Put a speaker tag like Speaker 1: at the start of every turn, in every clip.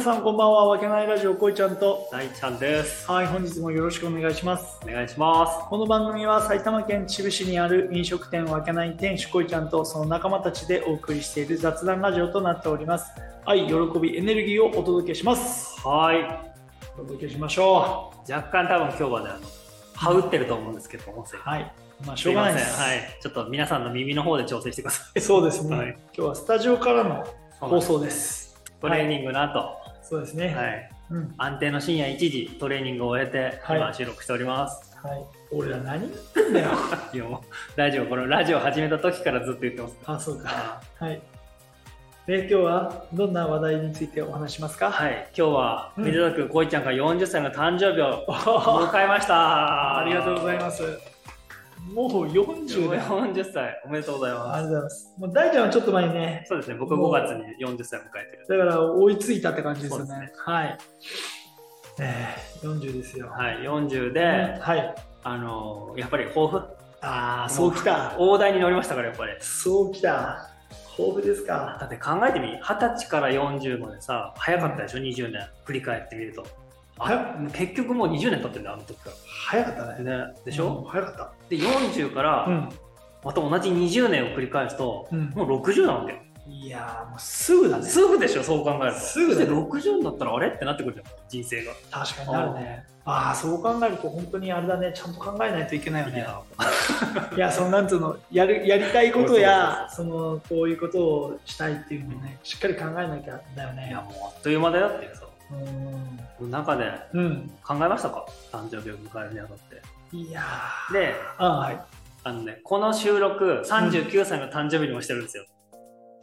Speaker 1: さんこんばんはわけないラジオこいちゃんと
Speaker 2: 大ちゃんです。
Speaker 1: はい本日もよろしくお願いします
Speaker 2: お願いしま
Speaker 1: この番組は埼玉県秩父市にある飲食店わけない店主こいちゃんとその仲間たちでお送りしている雑談ラジオとなっております愛喜びエネルギーをお届けします
Speaker 2: す。は
Speaker 1: お届けしましょ
Speaker 2: い。若干多分今日はね、あの、羽打ってると思うんですけど、音声
Speaker 1: う。はいまあし
Speaker 2: す
Speaker 1: ょう
Speaker 2: い
Speaker 1: が
Speaker 2: ま
Speaker 1: ない
Speaker 2: せん。
Speaker 1: です
Speaker 2: はい。ちょっと皆さんの耳の方で調整してください。
Speaker 1: そうですね、
Speaker 2: はい
Speaker 1: 今日はスタジオからの放送です
Speaker 2: トレーニングの後、は
Speaker 1: そうです
Speaker 2: い。
Speaker 1: ねうん
Speaker 2: 安定の深夜1時、トレーニングを終えて、
Speaker 1: はい
Speaker 2: 今収録しております。
Speaker 1: はい、俺ら何言ってんだよ
Speaker 2: いやもうラジオ、このラジオ始めた時からずっと言ってます。
Speaker 1: あそうかはい。で、今日はどんな話題についてお話しますか。。
Speaker 2: はいい。今日は、
Speaker 1: うん
Speaker 2: めでたくこいちゃんが40歳の誕生日を迎えました。
Speaker 1: あ
Speaker 2: あ
Speaker 1: りがとうございます。もう40年。あ
Speaker 2: 40歳、おめでとうござい
Speaker 1: りが
Speaker 2: ま
Speaker 1: と
Speaker 2: す。
Speaker 1: うございます。もう大ちゃんはちょっと前にね、
Speaker 2: そうですね、僕5月に40歳を迎えて
Speaker 1: だ
Speaker 2: る。
Speaker 1: から追いついたって感じですよね。
Speaker 2: そうです
Speaker 1: はい。えー、40ですよ。
Speaker 2: はい、40
Speaker 1: い
Speaker 2: で、
Speaker 1: はい。
Speaker 2: あのやっぱり抱負、
Speaker 1: ああ、そうきた。
Speaker 2: 大台に乗りましたから、やっぱり。
Speaker 1: そうきた。豊富ですか。
Speaker 2: だって考えてみ、二十歳から40までさ、早かったでしょ、20年、振り返ってみると。あ結局もう20年経ってんだよ、あの時か
Speaker 1: 早かったね。
Speaker 2: ら。ね、でし
Speaker 1: うん
Speaker 2: ょ、
Speaker 1: 早か
Speaker 2: で、40から
Speaker 1: った。うん。
Speaker 2: また同じ20年を繰り返すと、
Speaker 1: うん
Speaker 2: もう60なんだよ。
Speaker 1: いやーもうすぐだね。
Speaker 2: すぐでしょ、そう考えると。
Speaker 1: すぐだ
Speaker 2: で
Speaker 1: よ
Speaker 2: 60になったら、あれってなってくるじゃん、人生が。
Speaker 1: 確かになるね。ああ、そう考えると本当にあれだね。ちゃんと考えないといけないよ
Speaker 2: い
Speaker 1: ね。
Speaker 2: や
Speaker 1: いやそのなんつうのやるやりたいことやそのこういうことをしたいっていうのをねしっかり考えなきゃだよ
Speaker 2: い
Speaker 1: ね
Speaker 2: や、もうあっという間だよっていうさ、
Speaker 1: う
Speaker 2: 中で
Speaker 1: んうん
Speaker 2: 考えましたか、誕生日を迎えるにあたって。
Speaker 1: いやー
Speaker 2: で、
Speaker 1: あはい
Speaker 2: あのね、この収録、39歳の誕生日にもしてるんですよ。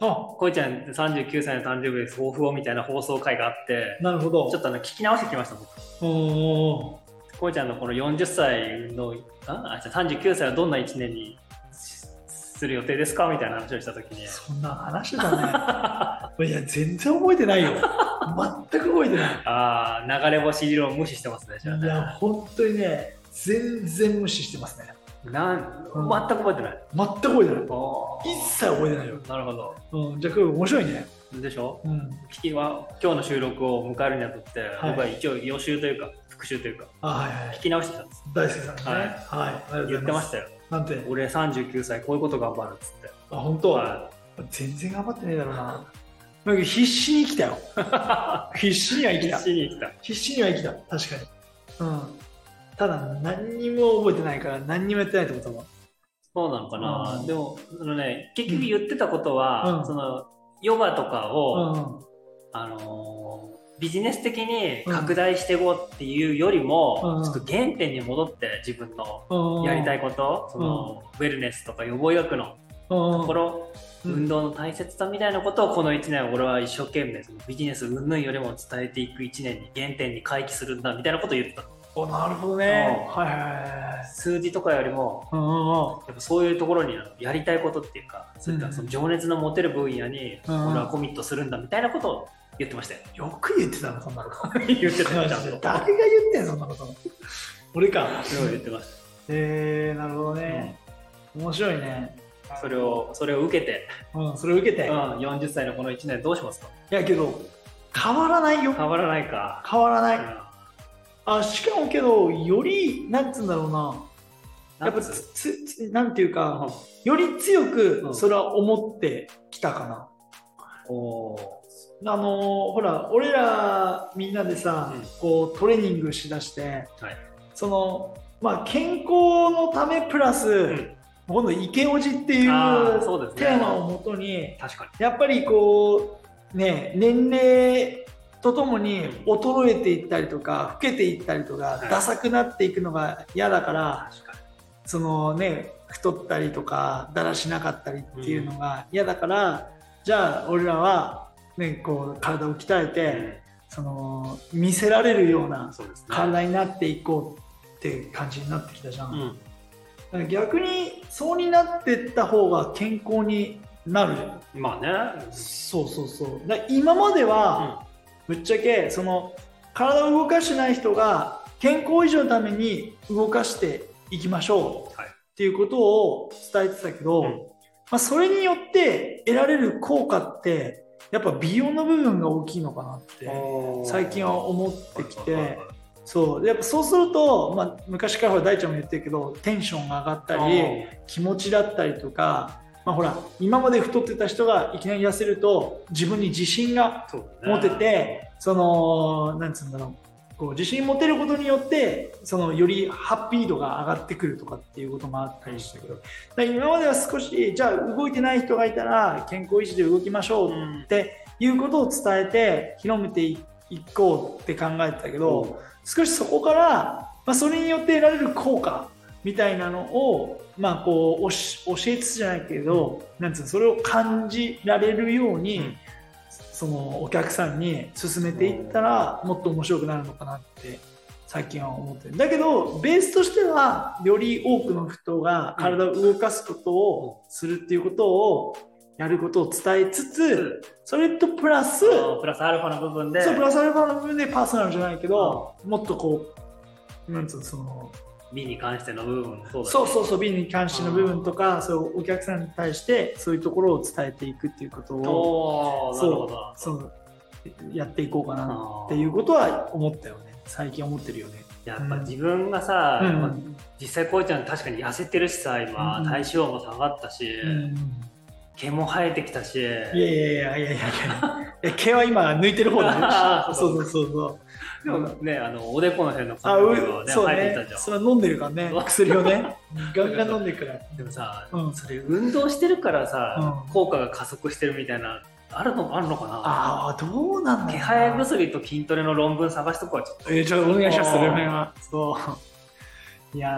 Speaker 1: あ
Speaker 2: こいちゃん39歳の誕生日です、抱負をみたいな放送回があって、
Speaker 1: なるほど
Speaker 2: ちょっとね、聞き直してきました、僕。
Speaker 1: おお
Speaker 2: こいちゃんのこの40歳の、あ、あじゃあ39歳はどんな1年にしする予定ですかみたいな話をしたときに、
Speaker 1: そんな話だ ねいや全然覚えてないよ全く覚えてない
Speaker 2: ああ、流れ星理論無視してますね、じゃあ
Speaker 1: いや
Speaker 2: ね。
Speaker 1: 本当にね全然無視してますね
Speaker 2: な
Speaker 1: う
Speaker 2: ん
Speaker 1: ん
Speaker 2: 全く覚えてない。
Speaker 1: 全く覚えてない
Speaker 2: お
Speaker 1: 一切覚えてないよ、
Speaker 2: なるほど。
Speaker 1: うん、じゃあこれ面白いね
Speaker 2: でしょ
Speaker 1: うん
Speaker 2: 聞きは今日の収録を迎えるにあたって、
Speaker 1: い
Speaker 2: 僕は一応予習というか、復習というか、
Speaker 1: あはいはい
Speaker 2: 聞き直してきたんです。
Speaker 1: 大輔さんね
Speaker 2: はい
Speaker 1: はい、ありがと
Speaker 2: 言
Speaker 1: うござい
Speaker 2: ってま
Speaker 1: ま
Speaker 2: し
Speaker 1: す
Speaker 2: たよ。
Speaker 1: なんて
Speaker 2: 俺39歳こういうこと頑張るっつって
Speaker 1: あ本当、
Speaker 2: は
Speaker 1: 全然頑張ってねえだろうななんか必死に生き たよ必死には生き
Speaker 2: 必
Speaker 1: た
Speaker 2: 死に生きた
Speaker 1: 必死には生きた確かにうんただ何にも覚えてないから何にもやってないってことは
Speaker 2: そうなのかな、
Speaker 1: うん
Speaker 2: でもあのね結局言ってたことは、
Speaker 1: うん
Speaker 2: そのヨガとか
Speaker 1: う
Speaker 2: を、
Speaker 1: ん
Speaker 2: あのービジネス的に拡大していこうっていうよりも、
Speaker 1: うん
Speaker 2: ちょっと原点に戻って自分の
Speaker 1: うんうん
Speaker 2: やりたいこと、そのウェルネスとか予防医学の
Speaker 1: うん
Speaker 2: ところ、
Speaker 1: うん
Speaker 2: 運動の大切さみたいなことをこの1年俺は一生懸命そのビジネス云々よりも伝えていく1年に原点に回帰するんだみたいなことを言ってた
Speaker 1: おなるほどね
Speaker 2: う
Speaker 1: はいはいはいはい
Speaker 2: 数字とかよりも
Speaker 1: うん
Speaker 2: やっぱそういうところにあのやりたいことっていうかそういったその情熱の持てる分野に
Speaker 1: う
Speaker 2: 俺
Speaker 1: ん
Speaker 2: はコミットするんだみたいなことを言ってま したよ
Speaker 1: よく言ってたのそんなこと
Speaker 2: 言ってたよちゃんと
Speaker 1: 誰が言ってんそんなこと俺か
Speaker 2: それを言ってまし
Speaker 1: えー、なるほど
Speaker 2: た、
Speaker 1: ね、面白いね
Speaker 2: うんそれをそれを受けて、
Speaker 1: うんそれを受けて、
Speaker 2: うん
Speaker 1: い、
Speaker 2: 40歳のこの1年どうしますか
Speaker 1: やけど変わらないよ
Speaker 2: 変わらないか、
Speaker 1: 変わらな
Speaker 2: う
Speaker 1: い
Speaker 2: ん、
Speaker 1: あしかもけどよりなんつうんだろうなやっぱつつつなんていうかより強
Speaker 2: う
Speaker 1: く
Speaker 2: ん
Speaker 1: それは思ってきたかな、
Speaker 2: おお
Speaker 1: あのーほら俺らみんなでさ、
Speaker 2: うん
Speaker 1: こうトレーニングしだして、
Speaker 2: はい
Speaker 1: そのまあ健康のためプラス、
Speaker 2: ん
Speaker 1: 今度イケオジっていう
Speaker 2: あーそうですね
Speaker 1: テーマをもとに
Speaker 2: 確かに
Speaker 1: やっぱりこうね年齢とともに衰えていったりとか老けていったりとか、
Speaker 2: はい
Speaker 1: ダサくなっていくのが嫌だから
Speaker 2: 確かに
Speaker 1: そのね太ったりとかだらしなかったりっていうのが嫌だから、じゃあ俺らは、ね、こう体を鍛えて、その見せられるよう
Speaker 2: うん
Speaker 1: な
Speaker 2: そうですね
Speaker 1: 体になっていこうって感じになってきたじゃん。
Speaker 2: うん
Speaker 1: だから逆にそうになってった方が健康になるじゃん
Speaker 2: まあね
Speaker 1: そうそうそうだから今までは、ぶっちゃけその体を動かしてない人が健康維持のために動かしていきましょう
Speaker 2: はい
Speaker 1: っていうことを伝えてたけど、
Speaker 2: うん
Speaker 1: まあ、それによって得られる効果ってやっぱ美容の部分が大きいのかなって最近は思ってき
Speaker 2: はいはい
Speaker 1: てそうでやっぱそうすると、まあ、昔からほら大ちゃんも言ってるけどテンションが上がった
Speaker 2: はい
Speaker 1: り気持ちだったりとか、まあ、ほら今まで太ってた人がいきなり痩せると自分に自信が
Speaker 2: そうだね
Speaker 1: 持ててそのなんつうんだろうこう自信持てることによってそのよりハッピー度が上がってくるとかっていうこともあったりしたけどだから今までは少しじゃあ動いてない人がいたら健康維持で動きましょう
Speaker 2: うん
Speaker 1: っていうことを伝えて広めていこうって考えてたけど、少しそこから、まあ、それによって得られる効果みたいなのを、まあ、こうおし教えつつじゃないけどなんつうのそれを感じられるように、
Speaker 2: うん
Speaker 1: そのお客さんに進めていったらもっと面白くなるのかなって最近は思ってるだけどベースとしてはより多くの人が体を動かすことをするっていうことをやることを伝えつつそれとプラス
Speaker 2: そうプラスアルファの部分で
Speaker 1: そうプラスアルファの部分でパーソナルじゃないけど、もっとこうなんつうのその
Speaker 2: 美に関しての部分もそうだね
Speaker 1: そうそうそう瓶に関しての部分とかそうお客さんに対してそういうところを伝えていくっていうことを
Speaker 2: おーな
Speaker 1: そう
Speaker 2: るほど
Speaker 1: そうやっていこうかな
Speaker 2: あー
Speaker 1: っていうことは思ったよね最近思ってるよね。
Speaker 2: やっぱ自分がさ、
Speaker 1: うん
Speaker 2: まあ実際こういちゃん確かに痩せてるしさ今、
Speaker 1: うん
Speaker 2: 体脂肪も下がったし、
Speaker 1: うん
Speaker 2: 毛も生えてきたし
Speaker 1: いやいやいやいやいやいや毛は今抜いてる方 だ
Speaker 2: あー
Speaker 1: ね。
Speaker 2: そ
Speaker 1: そううそうそうそう。
Speaker 2: でもねあのおでこの辺の
Speaker 1: あ
Speaker 2: 髪の
Speaker 1: う
Speaker 2: 毛がね
Speaker 1: そう
Speaker 2: 生えて
Speaker 1: ね
Speaker 2: きたじ
Speaker 1: そ
Speaker 2: ゃ
Speaker 1: れは飲んでるからね
Speaker 2: そう
Speaker 1: 薬を ねガンガン飲んでるから。
Speaker 2: んでもさ、
Speaker 1: うん
Speaker 2: それ運動してるからさ、
Speaker 1: うん
Speaker 2: 効果が加速してるみたいなあるのあるのかな
Speaker 1: ああどうなんだろうな。
Speaker 2: 毛生え結びと筋トレの論文探しとくわちょっと
Speaker 1: えー、ちょっとお願いします、
Speaker 2: あー
Speaker 1: それは。そう。いや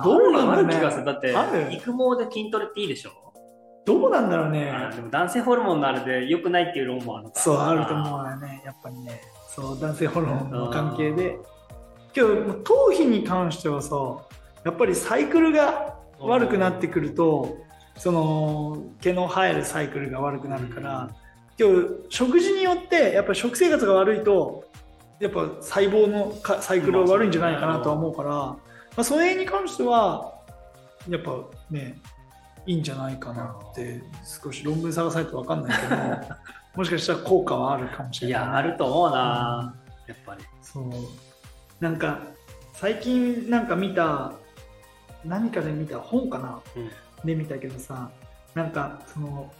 Speaker 1: ー、どうな
Speaker 2: ある
Speaker 1: んだ
Speaker 2: 気
Speaker 1: ろ
Speaker 2: が
Speaker 1: う
Speaker 2: する
Speaker 1: ね。
Speaker 2: だって
Speaker 1: ある
Speaker 2: 育毛で筋トレっていいでしょ
Speaker 1: どうなんだろうね。
Speaker 2: あでも男性ホルモンのあれで良くないっていう論もあるのか
Speaker 1: そう、あると思うよね。やっぱりね、そう、男性ホルモンの関係で。けど、もう頭皮に関してはさ、やっぱりサイクルが悪くなってくると、その毛の生えるサイクルが悪くなるから、今日食事によってやっぱり食生活が悪いとやっぱ細胞のかサイクルは悪いんじゃないかなとは思うから、まあ、その辺に関してはやっぱねいいんじゃないかなって少し論文探さないと分かんないけどもしかしたら効果はあるかもし
Speaker 2: い
Speaker 1: れない。
Speaker 2: やあると思うな、やっぱり
Speaker 1: そうなんか最近なんか見た何かで見た本かな、
Speaker 2: うん
Speaker 1: で見たけどさなんかその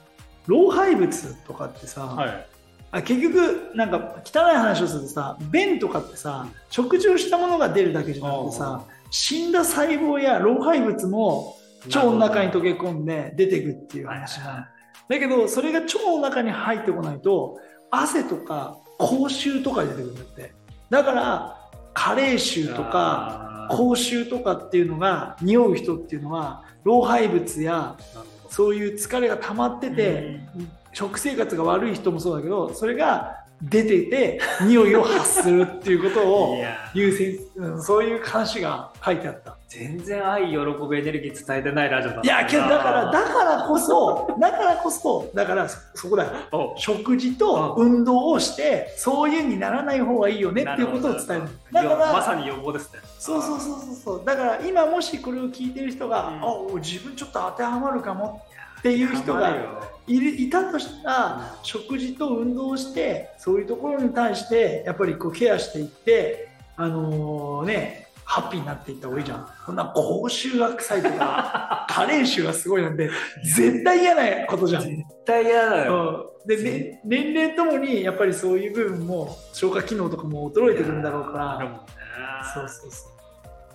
Speaker 1: 老廃物とかってさ、
Speaker 2: はい
Speaker 1: あ結局なんか汚い話をするとさ便とかってさ
Speaker 2: うん
Speaker 1: 食事をしたものが出るだけじゃなくて
Speaker 2: あ
Speaker 1: さ死んだ細胞や老廃物も腸の中に溶け込んで出てくっていう話
Speaker 2: はいはいは
Speaker 1: なだけどそれが腸の中に入ってこないと汗とか口臭とか出てくるんだってだから加齢臭とか
Speaker 2: あー
Speaker 1: 口臭とかっていうのが匂う人っていうのは老廃物や
Speaker 2: なるほど
Speaker 1: そういう疲れが溜まってて、
Speaker 2: うん
Speaker 1: 食生活が悪い人もそうだけどそれが出てて匂いを発するっていうこと
Speaker 2: い
Speaker 1: を
Speaker 2: や
Speaker 1: 優先、うんそういう話が書いてあった
Speaker 2: 全然愛喜びエネルギー伝えてないラジオだ
Speaker 1: いやけどだから
Speaker 2: だ
Speaker 1: だからこそだからこそだからそそこだよ
Speaker 2: お
Speaker 1: 食事と運動をしてそういうにならない方がいいよねっていうことを伝えるだか
Speaker 2: ま
Speaker 1: ら
Speaker 2: さに予防ですね
Speaker 1: そうそうそうそうそうだから今もしこれを聞いてる人が、
Speaker 2: うん
Speaker 1: あ俺自分ちょっと当てはまるかもっていう人
Speaker 2: 頑張
Speaker 1: が
Speaker 2: れよ
Speaker 1: いるいたとしたら、
Speaker 2: う
Speaker 1: 食事と運動をしてそういうところに対してやっぱりこうケアしていってあのーねハッピーになっていった方がいいじゃんそんな口臭が臭いと か加齢臭がすごいなんて絶対嫌なことじゃん。うん
Speaker 2: 絶対嫌だよ
Speaker 1: でね年齢ともにやっぱりそういう部分も消化機能とかも衰えてるんだろうから
Speaker 2: あるもんね
Speaker 1: そうそうそう。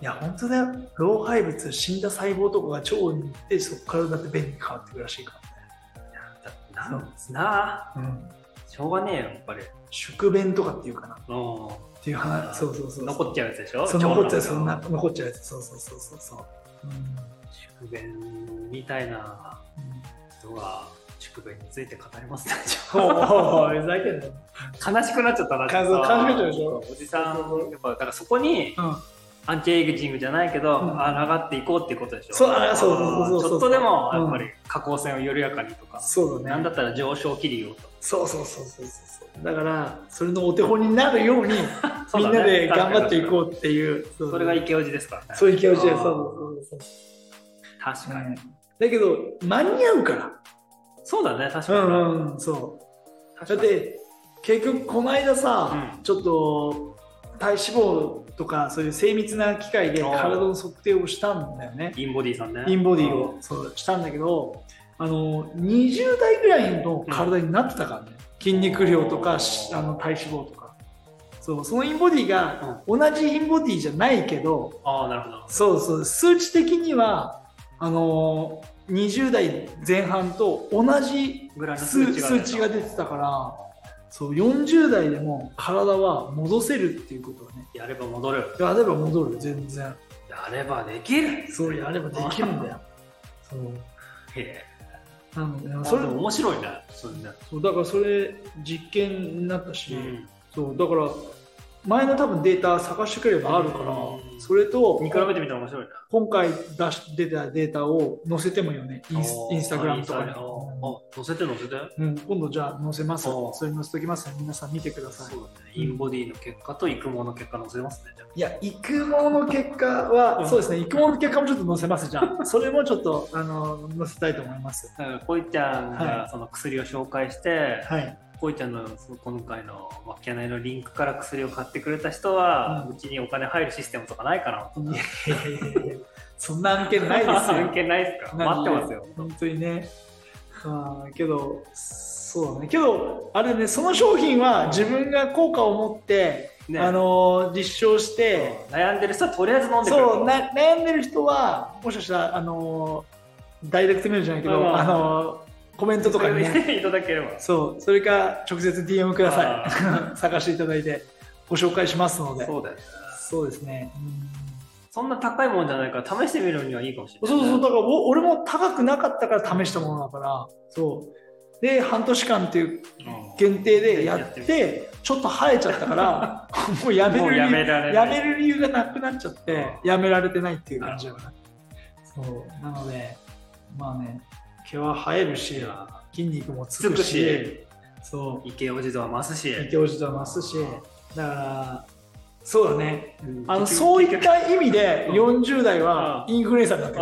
Speaker 1: いや、本当だよ。老廃物、死んだ細胞とかが腸に行って、そこからだって便に変わってくるらしいか
Speaker 2: だなんつな
Speaker 1: らね。うん。
Speaker 2: しょうがねえよやっぱり
Speaker 1: 宿便とかっていうかな。っ
Speaker 2: う
Speaker 1: ていう話。そうそうそ
Speaker 2: ん
Speaker 1: う。
Speaker 2: 残っちゃうやつでしょ
Speaker 1: そう残っちゃう、
Speaker 2: 長
Speaker 1: そ
Speaker 2: 男
Speaker 1: ん
Speaker 2: の
Speaker 1: な、残っちゃうやつ。そうそうそうそうそう。うん。
Speaker 2: 宿便みたいな人が宿便について語りますね
Speaker 1: おお、ふざけんな。
Speaker 2: 悲しくなっちゃったな
Speaker 1: 感想感じちゃうでしょ
Speaker 2: おじさんやっぱだからそこに
Speaker 1: うん。
Speaker 2: アンチエイジングじゃないけど、
Speaker 1: うん
Speaker 2: あ抗っていこうっていうことでしょ
Speaker 1: そうあそうそうそうそう
Speaker 2: ちょっとでもやっぱり下降線を緩やかにとか、
Speaker 1: そうだ
Speaker 2: なん
Speaker 1: ね
Speaker 2: だ。ったら上昇気流をと
Speaker 1: そうそうそうそうそう。だから、それのお手本になるように、みんなで頑張っていこうっていう。そうう
Speaker 2: それが池オジですからね
Speaker 1: そういう気持ちで、
Speaker 2: あー
Speaker 1: そうそうそうそう。
Speaker 2: 確かに、
Speaker 1: だけど間に合うから
Speaker 2: そうだね確かに、
Speaker 1: うんうんそうだって結局この間さ、
Speaker 2: うん
Speaker 1: ちょっと体脂肪とかそういう精密な機械で
Speaker 2: あー
Speaker 1: 体の測定をしたんだよね
Speaker 2: インボディさんね
Speaker 1: インボディをそうしたんだけどあの20代ぐらいの体になってたからね、筋肉量とかしあの体脂肪とかそうそのインボディが同じインボディじゃないけど
Speaker 2: ああなるほど
Speaker 1: そうそう数値的にはあの20代前半と同じ
Speaker 2: ぐらいの
Speaker 1: 数
Speaker 2: 数
Speaker 1: 数
Speaker 2: 値
Speaker 1: 値
Speaker 2: が
Speaker 1: が出てたからそう40代でも体は戻せるっていうことはね
Speaker 2: やれば戻る
Speaker 1: やれば戻る全然
Speaker 2: やればできる
Speaker 1: そうやればできるんだよ そう
Speaker 2: へえ
Speaker 1: なのでそ
Speaker 2: それ
Speaker 1: れ
Speaker 2: 面白いねそれね
Speaker 1: そうだからそれ実験になったし、
Speaker 2: うん
Speaker 1: そうだから前の多分データ探してくればあるから、
Speaker 2: うん
Speaker 1: それと
Speaker 2: 見比べてみたら面白いね
Speaker 1: 今回出し出たデータを載せてもいいよねインスインスタグラムとかに
Speaker 2: ああ載せて載せて
Speaker 1: うん、今度じゃあ載せます
Speaker 2: おう
Speaker 1: それ載せときますね皆さん見てください
Speaker 2: そうだねインボディの結果と育毛の結果載せますねじゃ
Speaker 1: いや育毛の結果は、
Speaker 2: うん
Speaker 1: そうですね育毛の結果もちょっと載せますじゃ あそれもちょっとあの載せたいと思います
Speaker 2: あだからこいちゃん
Speaker 1: は
Speaker 2: がその薬を紹介して
Speaker 1: はい
Speaker 2: こいちゃんのその今回のわけないのリンクから薬を買ってくれた人は
Speaker 1: う
Speaker 2: うちにお金入るシステムとかないかな
Speaker 1: そんな案件ないです よ
Speaker 2: 案件ないですか
Speaker 1: 何
Speaker 2: 待っ
Speaker 1: で
Speaker 2: てますよ
Speaker 1: 本当にねあーけどそうだねけどあれねその商品は自分が効果を持って、
Speaker 2: ね
Speaker 1: あのー実証して、
Speaker 2: 悩んでる人はとりあえず飲んでくれ
Speaker 1: そうな悩んでる人はもしかしたらあのーダイレクトメールじゃないけど、
Speaker 2: うん
Speaker 1: あのーコメントとかにね
Speaker 2: それ でいただければ
Speaker 1: そう、それか直接 DM ください。 探していただいてご紹介しますので。そう
Speaker 2: そうだよね
Speaker 1: ですね。
Speaker 2: そんな高いもんじゃないから試してみるにはいいかもしれ
Speaker 1: うん
Speaker 2: ない
Speaker 1: そ
Speaker 2: ね、
Speaker 1: うそう、だからお俺も高くなかったから試したものだから、そう。で、半年間っていう
Speaker 2: うん
Speaker 1: 限定でや
Speaker 2: や
Speaker 1: っ、
Speaker 2: っててみ
Speaker 1: ちょっと生えちゃった から、もうやめ
Speaker 2: もう
Speaker 1: る
Speaker 2: や
Speaker 1: 理
Speaker 2: め
Speaker 1: 由
Speaker 2: られ
Speaker 1: や
Speaker 2: ない
Speaker 1: める理由がなくなっちゃって、やめられてないっていう感じだから。そう、なので、まあね、毛は生えるし、筋肉もつ
Speaker 2: つ
Speaker 1: く
Speaker 2: く
Speaker 1: し、
Speaker 2: し
Speaker 1: そう。
Speaker 2: 池おじとは増すし
Speaker 1: 池王子とはますしだからそうだね
Speaker 2: うん
Speaker 1: あのそういった意味で
Speaker 2: うん
Speaker 1: 40代は
Speaker 2: う
Speaker 1: インフルエンサーに なって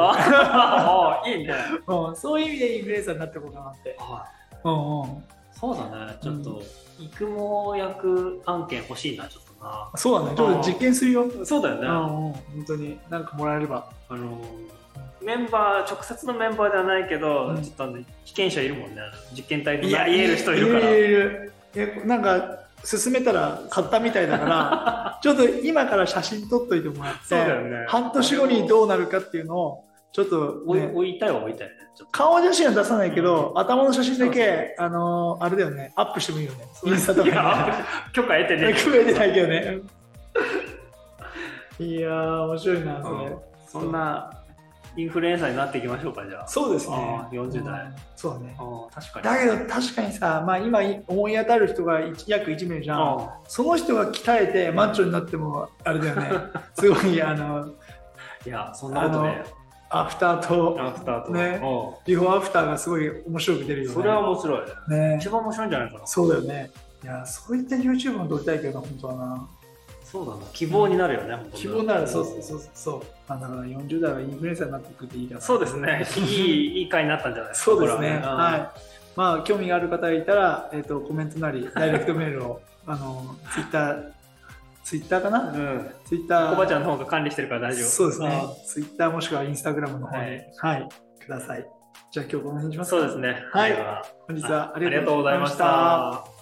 Speaker 2: ああいいね
Speaker 1: る、うん、そういう意味でインフルエンサーになってこうかなって、
Speaker 2: あ
Speaker 1: うんうん、
Speaker 2: そうだねちょっと育毛薬案件欲しいなちょっとな
Speaker 1: そうだねちょっと実験するよ、うんうん、
Speaker 2: そうだよねあ
Speaker 1: 本当になんかもらえれば
Speaker 2: のメンバー直接のメンバーではないけど、
Speaker 1: うん
Speaker 2: ちょっとあの被験者いるもんね実験体となり得る人いるから
Speaker 1: いるいるいるいやなんか勧めたら買ったみたいだから ちょっと今から写真撮っといてもらって
Speaker 2: そうだよね
Speaker 1: 半年後にどうなるかっていうのをちょっと、
Speaker 2: おい
Speaker 1: ね、
Speaker 2: 置いたいは置いたいねちょっと
Speaker 1: 顔写真は出さないけど、頭の写真だ
Speaker 2: そうそう
Speaker 1: け、あのーあれだよね、アップしてもいいよね。インスタと
Speaker 2: い や
Speaker 1: か
Speaker 2: 許可得て
Speaker 1: に、
Speaker 2: ね
Speaker 1: ね。組めてないけ どね。いやー、面白いな、それ。
Speaker 2: そんなインフルエンサーになっていきましょうかじゃあ
Speaker 1: そうですね
Speaker 2: あ。ー40代
Speaker 1: うん。そうだね。
Speaker 2: ああ確か
Speaker 1: だ
Speaker 2: に
Speaker 1: けど確かにさ、まあ、今思い当たる人が一約1名じゃん、
Speaker 2: あ
Speaker 1: その人が鍛えてマッチョになってもあれだよ ねすごいあの
Speaker 2: いやそんなことね
Speaker 1: アフターと
Speaker 2: アフターと
Speaker 1: ね
Speaker 2: う
Speaker 1: ビフォーアフターがすごい面白く出る
Speaker 2: ん
Speaker 1: よね
Speaker 2: それは面白い
Speaker 1: ね
Speaker 2: 一番面白いんじゃないかな
Speaker 1: そうだよね。いや、そういった YouTube も撮りたいけどな、本当はな。
Speaker 2: そうだな希望になるよね本当に
Speaker 1: 希望なら、そうそうそうそう。まあ、だから40代はインフルエンサーになってくっていいかな。
Speaker 2: そうです ね いいいい回になったんじゃない
Speaker 1: そうですね。
Speaker 2: これは
Speaker 1: はい。まあ、興味がある方がいたら、えっ、と、コメントな り、ダイレクトメールを、あの、ツイッター、ツイッターかな
Speaker 2: うんうん
Speaker 1: ツイッター。
Speaker 2: おばちゃんの方が管理してるから大丈夫
Speaker 1: そうですね
Speaker 2: あ。
Speaker 1: ツイッターもしくはインスタグラムの方に、は
Speaker 2: はいい、
Speaker 1: ください。じゃあ今日この辺にし
Speaker 2: ー
Speaker 1: ます
Speaker 2: そうですね
Speaker 1: はい
Speaker 2: では
Speaker 1: 本日は
Speaker 2: ありがとうございまし
Speaker 1: ありがとうございました
Speaker 2: た